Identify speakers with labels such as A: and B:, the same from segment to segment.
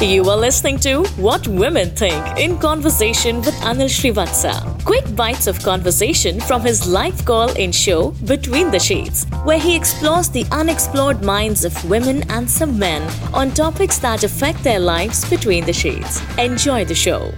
A: You are listening to What Women Think in conversation with Anil Srivatsa. Quick bites of conversation from his live call in show Between the Shades, where he explores the unexplored minds of women and some men on topics that affect their lives between the shades. Enjoy the show.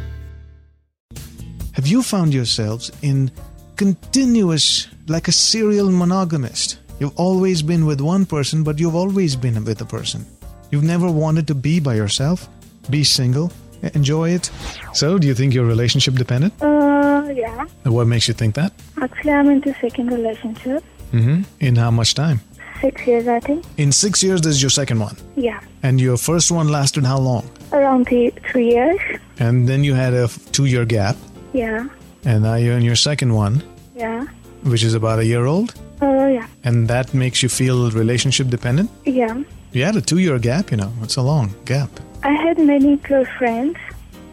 B: Have you found yourselves in continuous, like a serial monogamist? You've always been with one person, but you've always been with a person. You've never wanted to be by yourself, be single, e- enjoy it. So, do you think you're relationship dependent?
C: Uh, yeah.
B: And what makes you think that?
C: Actually, I'm into second relationship.
B: Mm-hmm. In how much time?
C: Six years, I think.
B: In six years, this is your second one.
C: Yeah.
B: And your first one lasted how long?
C: Around th- three years.
B: And then you had a two year gap,
C: Yeah.
B: and now you're in your second one,
C: Yeah.
B: which is about a year old,
C: Uh, yeah.
B: and that makes you feel relationship dependent?
C: Yeah.
B: You had a two year gap, you know. It's a long gap.
C: I had many close friends.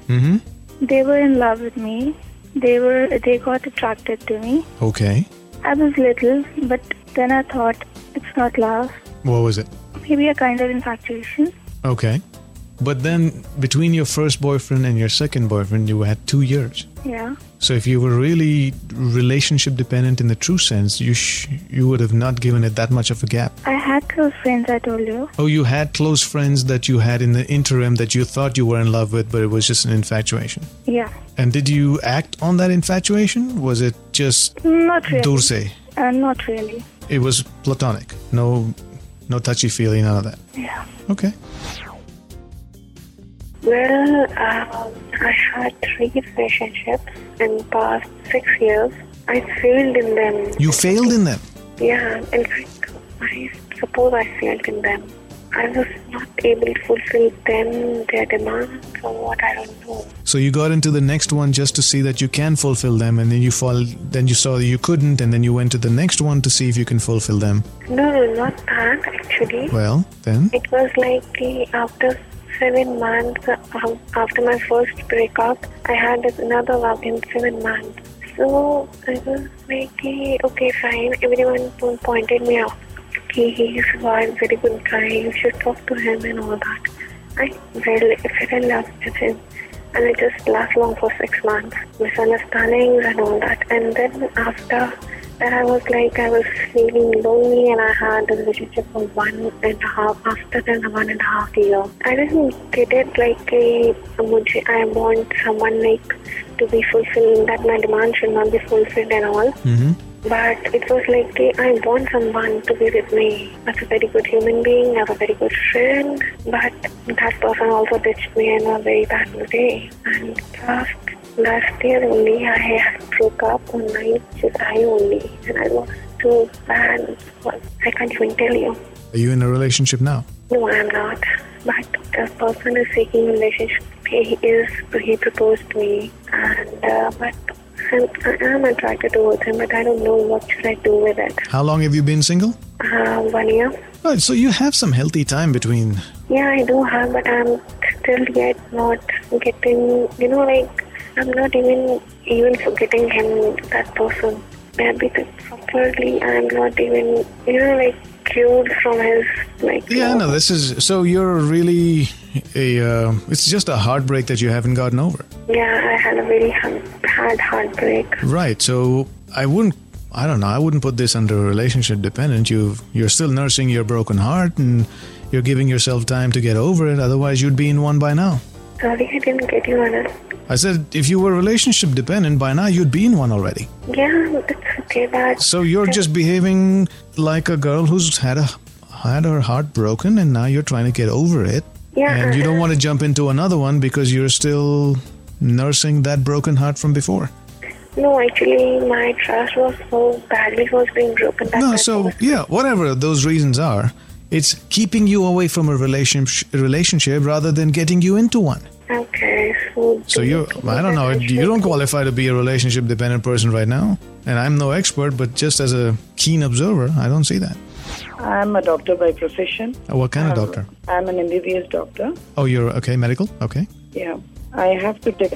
B: Mm-hmm.
C: They were in love with me. They were. They got attracted to me.
B: Okay.
C: I was little, but then I thought it's not love.
B: What was it?
C: Maybe a kind of infatuation.
B: Okay. But then between your first boyfriend and your second boyfriend, you had two years.
C: Yeah.
B: So if you were really relationship dependent in the true sense, you sh- you would have not given it that much of a gap.
C: I had close friends. I told you.
B: Oh, you had close friends that you had in the interim that you thought you were in love with, but it was just an infatuation.
C: Yeah.
B: And did you act on that infatuation? Was it just
C: Not really.
B: dulce?
C: Uh, not really.
B: It was platonic. No, no touchy feely, none of that.
C: Yeah.
B: Okay.
D: Well, um, I had three relationships in past six years. I failed in them.
B: You failed in them.
D: Yeah, in fact, I suppose I failed in them. I was not able to fulfill them, their demands, or what I don't know.
B: So you got into the next one just to see that you can fulfill them, and then you fall. Then you saw that you couldn't, and then you went to the next one to see if you can fulfill them.
D: No, no, not that actually.
B: Well, then
D: It was like the after seven months um, after my first breakup, I had another love in seven months. So I was like, "Hey, okay, fine. Everyone po- pointed me out. Okay, he's a very good guy. You should talk to him and all that. I fell, fell in love with him. And it just lasted long for six months, misunderstandings and all that. And then after that, I was like, I was feeling lonely, and I had this relationship for one and a half. After then, one and a half year, I didn't get it like a, mujhe- I want someone like to be fulfilled, that my demand should not be fulfilled and all. But it was like eh, I want someone to be with me. I was a very good human being, I was a very good friend. But that person also ditched me in a very bad way. And last last year only I had broke up on my July only and I was too bad. Well, I can't even tell you.
B: are you in a relationship now?
D: No, I am not. But the person is seeking relationship. He is. He proposed to me, and uh, but I'm, I am attracted towards him. But I don't know what should I do with it.
B: How long have you been single?
D: Uh, one year.
B: Right, so you have some healthy time between.
D: Yeah, I do have, but I'm still yet not getting. You know, like I'm not even even forgetting him. That person. Maybe the- properly, I'm not even. You know, like cured from his like.
B: Yeah, no, this is so you're really a. Uh, it's just a heartbreak that you haven't gotten over.
D: Yeah, I had a very hard, hard heartbreak.
B: Right. So I wouldn't. I don't know. I wouldn't put this under relationship dependent. You you're still nursing your broken heart, and you're giving yourself time to get over it. Otherwise, you'd be in one by now.
D: Sorry, I didn't get you on it.
B: I said, if you were relationship dependent by now, you'd be in one already.
D: Yeah, it's okay, but
B: So you're just behaving like a girl who's had a had her heart broken, and now you're trying to get over it.
D: Yeah.
B: And you don't want to jump into another one because you're still nursing that broken heart from before.
D: no, actually, my trust was so badly was being broken. That
B: No,
D: that
B: so
D: was-
B: yeah, whatever those reasons are, it's keeping you away from a relationship relationship rather than getting you into one.
D: okay, so
B: So
D: do
B: you,
D: think
B: I don't
D: that
B: know,
D: I
B: you
D: should-
B: don't qualify to be a relationship dependent person right now, and I'm no expert, but just as a keen observer, I don't see that.
E: I'm a doctor by profession.
B: Uh, What kind of doctor?
E: I'm an MBBS doctor.
B: Oh, you're okay, medical. Okay,
E: Yeah, I have to take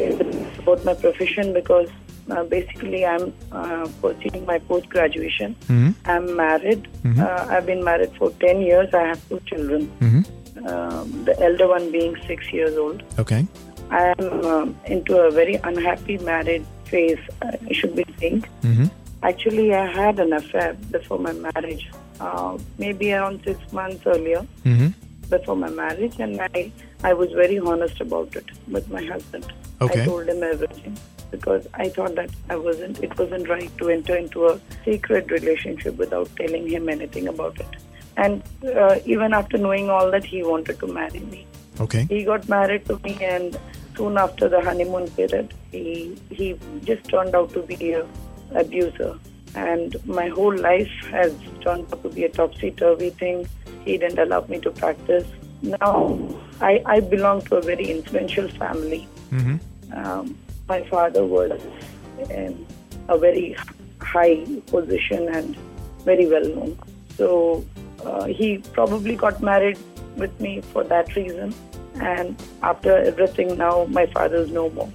E: about my profession because uh, basically I'm uh, pursuing my post
B: Mm-hmm.
E: graduation. I'm married. Uh, I've been married for ten years. I have two children. um, the elder one being six years old.
B: Okay.
E: I am um, into a very unhappy married phase, I should be saying.
B: hmm
E: Actually, I had an affair before my marriage, uh, maybe around six months earlier
B: hmm
E: before my marriage, and I, I was very honest about it with my husband.
B: Okay.
E: I told him everything because I thought that I wasn't it wasn't right to enter into a secret relationship without telling him anything about it. And uh, even after knowing all that, he wanted to marry me.
B: Okay.
E: He got married to me, and soon after the honeymoon period, he he just turned out to be a abuser. And my whole life has turned out to be a topsy turvy thing. He didn't allow me to practice. Now, I, I belong to a very influential family.
B: hmm
E: Um, my father was in a very high position and very well known. So uh, he probably got married with me for that reason. And after everything, now my father's no more,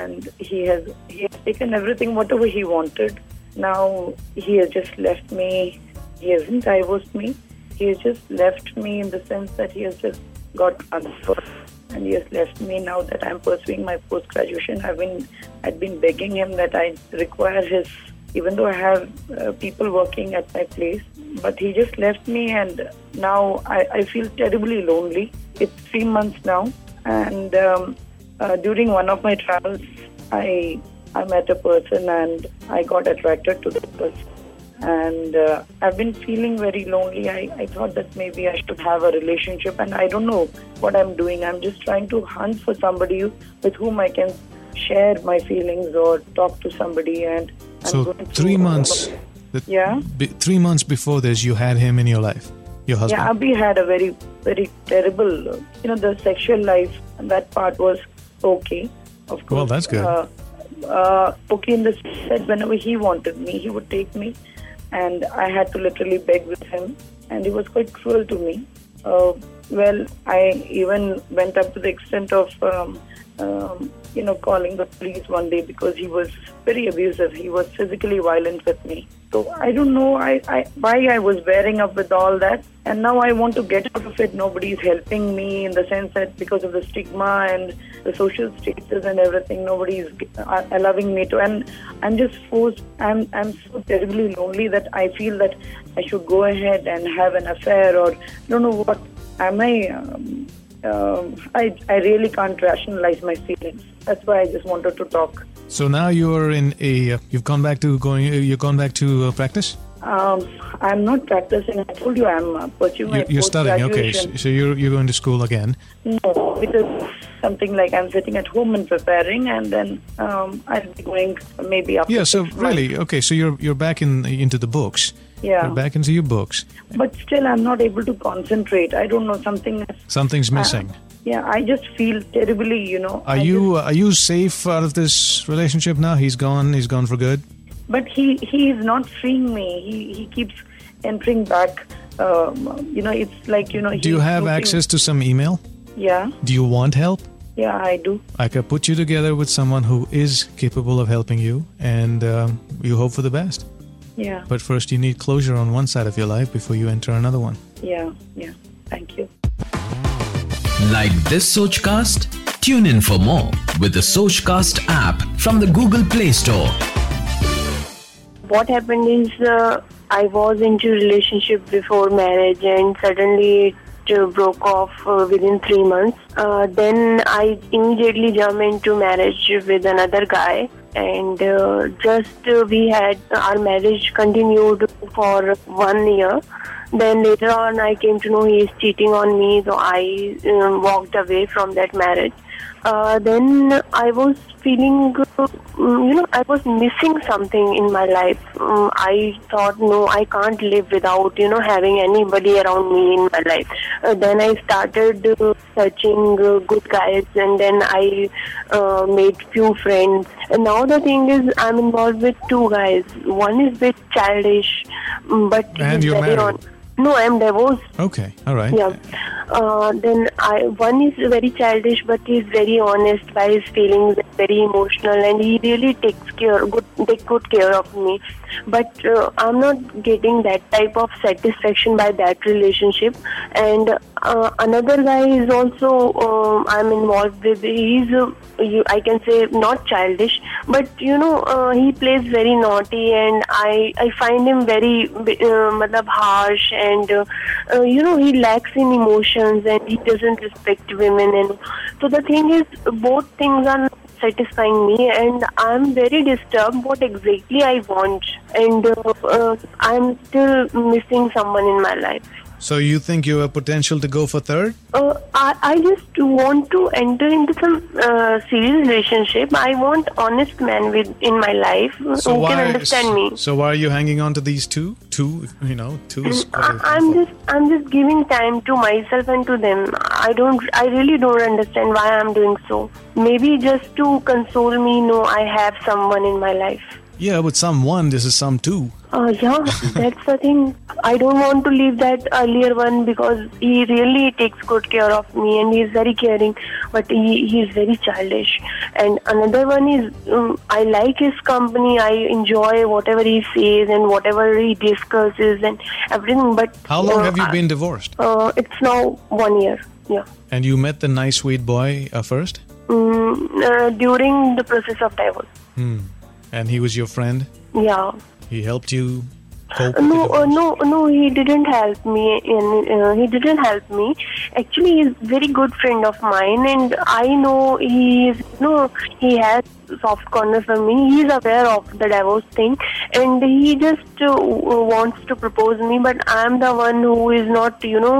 E: and he has he has taken everything whatever he wanted. Now he has just left me. He hasn't divorced me. He has just left me in the sense that he has just got transferred and he has left me now that I'm pursuing my post graduation. I've been I've been begging him that I require his, even though I have uh, people working at my place, but he just left me, and now I, I feel terribly lonely. It's three months now, and um, uh, during one of my travels, I I met a person and I got attracted to the person and uh, I've been feeling very lonely. I, I thought that maybe I should have a relationship, and I don't know what I'm doing. I'm just trying to hunt for somebody with whom I can share my feelings or talk to somebody. And I'm
B: So
E: going
B: three
E: through-
B: months. the-
E: Yeah.
B: Be, three months before this, you had him in your life, your husband.
E: Yeah, Abhi had a very, very terrible, uh, you know, the sexual life, and that part was okay, of course.
B: Well, that's good.
E: Uh, uh, okay, in the sense that whenever he wanted me, he would take me, and I had to literally beg with him, and he was quite cruel to me. Uh, well, I even went up to the extent of, um, um, you know, calling the police one day because he was very abusive. He was physically violent with me. So I don't know I, I, why I was bearing up with all that. And now I want to get out of it. Nobody is helping me in the sense that because of the stigma and the social status and everything, nobody is uh, allowing me to. And I'm just forced, I'm, I'm so terribly lonely that I feel that I should go ahead and have an affair or I don't know what. Am I, um, um, I, I really can't rationalize my feelings. That's why I just wanted to talk.
B: So now you're in a. uh, You've gone back to going. You've gone back to uh, practice.
E: Um, I'm not practicing. I told you I'm uh, pursuing my
B: You're, you're studying. Okay.
E: post-graduation.
B: So, so you're you're going to school again.
E: No, Oh, it is something like I'm sitting at home and preparing, and then um, I'll be going maybe after.
B: Yeah. So
E: six months.
B: really, okay. So you're you're back in into the books.
E: Yeah.
B: You're back into your books.
E: But still, I'm not able to concentrate. I don't know something.
B: Something's missing.
E: Yeah, I just feel terribly. You know.
B: are
E: Uh-huh. I
B: you uh, are you safe out of this relationship now? He's gone. He's gone for good.
E: but he he is not freeing me he he keeps entering back um, you know it's like you know
B: Do you have access to some email?
E: yeah
B: Do you want help?
E: yeah i do
B: I can put you together with someone who is capable of helping you, and um you hope for the best.
E: yeah
B: But first, you need closure on one side of your life before you enter another one.
E: yeah yeah thank you
F: Like this Sochcast? Tune in for more with the Sochcast app from the Google Play Store.
G: what happened is uh, I was into relationship before marriage and suddenly it uh, broke off uh, within three months. Uh, then I immediately jumped into marriage with another guy and uh, just uh, we had our marriage continued for one year. Then later on I came to know he is cheating on me so I um, walked away from that marriage. Uh, then I was feeling, uh, mm, you know, I was missing something in my life. Um, I thought, no, I can't live without, you know, having anybody around me in my life. Uh, then I started uh, searching uh, good guys, and then I uh, made few friends. And now the thing is, I'm involved with two guys. One is bit childish, mm, but
B: And
G: he's
B: you're
G: very
B: married?
G: on- No, I'm divorced.
B: Okay, all right.
G: Yeah. Uh, then I, one is very childish, but he's very honest by his feelings and very emotional and he really takes care good take good care of me but uh, i'm not getting that type of satisfaction by that relationship and uh, another guy is also um i'm involved with he's uh, you, i can say not childish but you know uh, he plays very naughty and i i find him very uh, matlab harsh and uh, uh, you know he lacks in emotions and he doesn't respect women and so the thing is both things are not satisfying me and i'm very disturbed what exactly i want and uh, uh, i'm still missing someone in my life
B: So you think you have potential to go for third?
G: uh, I, I just want to enter into some uh, serious relationship. I want honest men with in my life uh, who can understand me.
B: So why are you hanging on to these two? Two, you know, two is
G: I,
B: quite a-
G: I'm just I'm just giving time to myself and to them. I don't I really don't understand why I'm doing so. Maybe just to console me. No, I have someone in my life.
B: Yeah, but some one, this is some two.
G: Uh, yeah, that's the thing. I don't want to leave that earlier one because he really takes good care of me and he's very caring, but he, he is very childish. And another one is um, I like his company. I enjoy whatever he says and whatever he discusses and everything. But
B: How long
G: uh,
B: have you
G: I-
B: been divorced?
G: Uh, it's now one year. Yeah.
B: And you met the nice sweet boy uh, first,
G: Mm, uh, during the process of divorce.
B: and he was your friend.
G: Yeah.
B: He helped you cope. with the
G: No, uh,
B: divorce.
G: no, no. He didn't help me. In uh, he didn't help me. Actually, he's a very good friend of mine, and I know he's no. He has soft corner for me. He's aware of the divorce thing, and he just uh, w- wants to propose me. But I'm the one who is not, you know,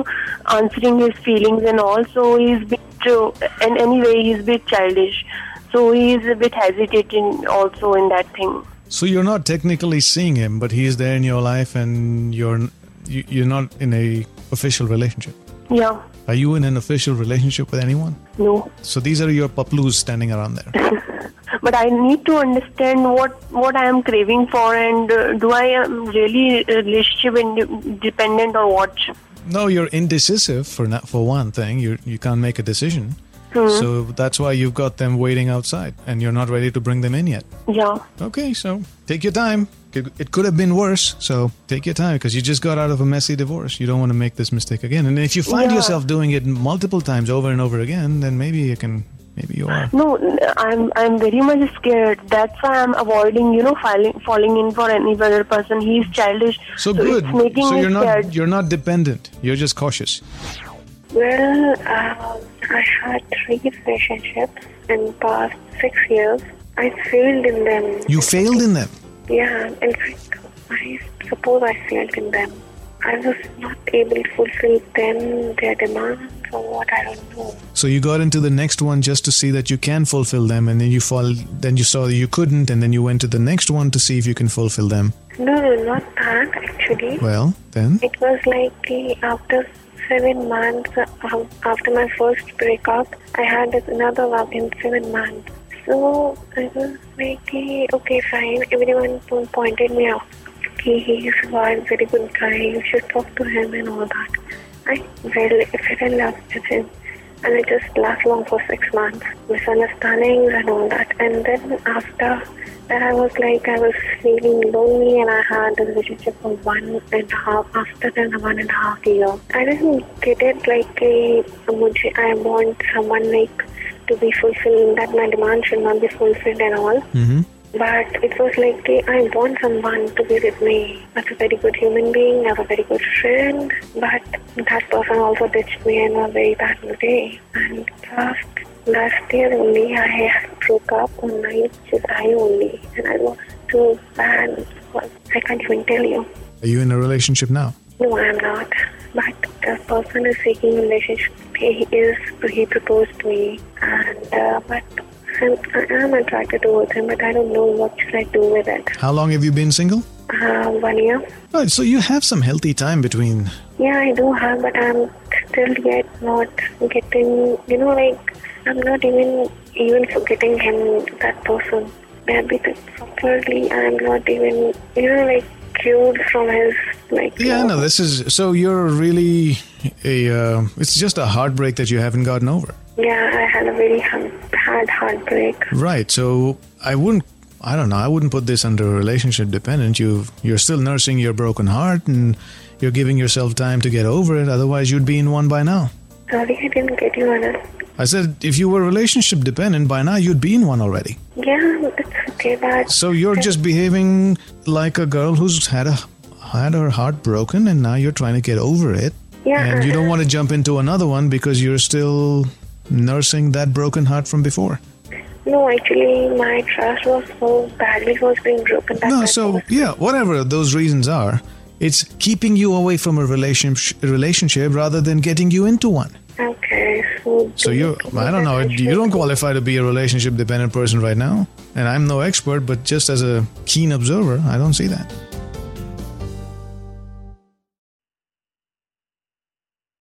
G: answering his feelings and all. So he's bit. Uh, and anyway, he's a bit childish. So he's a bit hesitating also in that thing.
B: So you're not technically seeing him, but he's there in your life, and you're n- you, you're not in a official relationship.
G: Yeah.
B: Are you in an official relationship with anyone?
G: No.
B: So these are your paploos standing around there.
G: but I need to understand what what I am craving for, and uh, do I am really uh, relationship ind- dependent or what?
B: No, you're indecisive for not, for one thing. You you can't make a decision.
G: Hmm.
B: So that's why you've got them waiting outside, and you're not ready to bring them in yet.
G: Yeah,
B: Okay, so take your time. It it could have been worse, so take your time because you just got out of a messy divorce. You don't want to make this mistake again. And if you find
G: Yeah.
B: yourself doing it multiple times over and over again, then maybe you can, maybe you are.
G: no, I'm I'm very much scared. That's why I'm avoiding, you know, falling falling in for any other person. He's childish,
B: So good.
G: It's making
B: So
G: me
B: you're
G: scared.
B: not you're not dependent. You're just cautious.
D: Well, um, I had three relationships in past six years. I failed in them.
B: You failed in them.
D: Yeah, in fact, I suppose I failed in them. I was not able to fulfill them, their demands, or what I don't know.
B: So you got into the next one just to see that you can fulfill them, and then you fall. Then you saw that you couldn't, and then you went to the next one to see if you can fulfill them.
D: No, no, not that actually.
B: Well, then
D: It was like the, after seven months um, after my first breakup, I had another love in seven months. So I was like, "Hey, okay, fine. Everyone po- pointed me out. Okay, he's a very good guy. You should talk to him and all that. I well, I fell in love with him, and it just lasted long for six months, misunderstandings and all that. And then after that, I was like, I was feeling lonely, and I had a relationship for one and a half after then one and a half year. I didn't get it like a, mujhe- I want someone like to be fulfilled, that my demand should not be fulfilled and all. But it was like eh, I want someone to be with me. That's a very good human being, I'm a very good friend. But that person also ditched me in a very bad way. And last last year only I had broke up on my July only and I was so bad. I can't even tell you.
B: are you in a relationship now?
D: No, I'm not. But the person is seeking relationship. He is. He proposed to me, and uh, but I'm, I am attracted towards him. But I don't know what should I do with it.
B: How long have you been single?
D: Uh, one year.
B: Right, so you have some healthy time between.
D: Yeah, I do have, but I'm still yet not getting. You know, like I'm not even even forgetting him. That person. Maybe that properly. I'm not even. You know, like cured from his like.
B: Yeah, no, this is so you're really a. Uh, it's just a heartbreak that you haven't gotten over.
D: Yeah, I had a very hum- hard heartbreak.
B: Right. So I wouldn't. I don't know. I wouldn't put this under relationship dependent. You you're still nursing your broken heart, and you're giving yourself time to get over it. Otherwise, you'd be in one by now.
D: Sorry, I didn't get you on it.
B: I said, if you were relationship dependent by now, you'd be in one already.
D: Yeah, it's okay, but
B: So you're just behaving like a girl who's had a had her heart broken, and now you're trying to get over it,
D: yeah,
B: and you don't want to jump into another one because you're still nursing that broken heart from before.
D: No, actually, my trust was so badly was being broken. That
B: No,
D: that
B: so
D: was-
B: yeah, whatever those reasons are, it's keeping you away from a relationship relationship rather than getting you into one.
D: Okay, so.
B: So
D: do
B: you,
D: think
B: I don't
D: that
B: know,
D: I
B: you
D: should-
B: don't qualify to be a relationship dependent person right now, and I'm no expert, but just as a keen observer, I don't see that.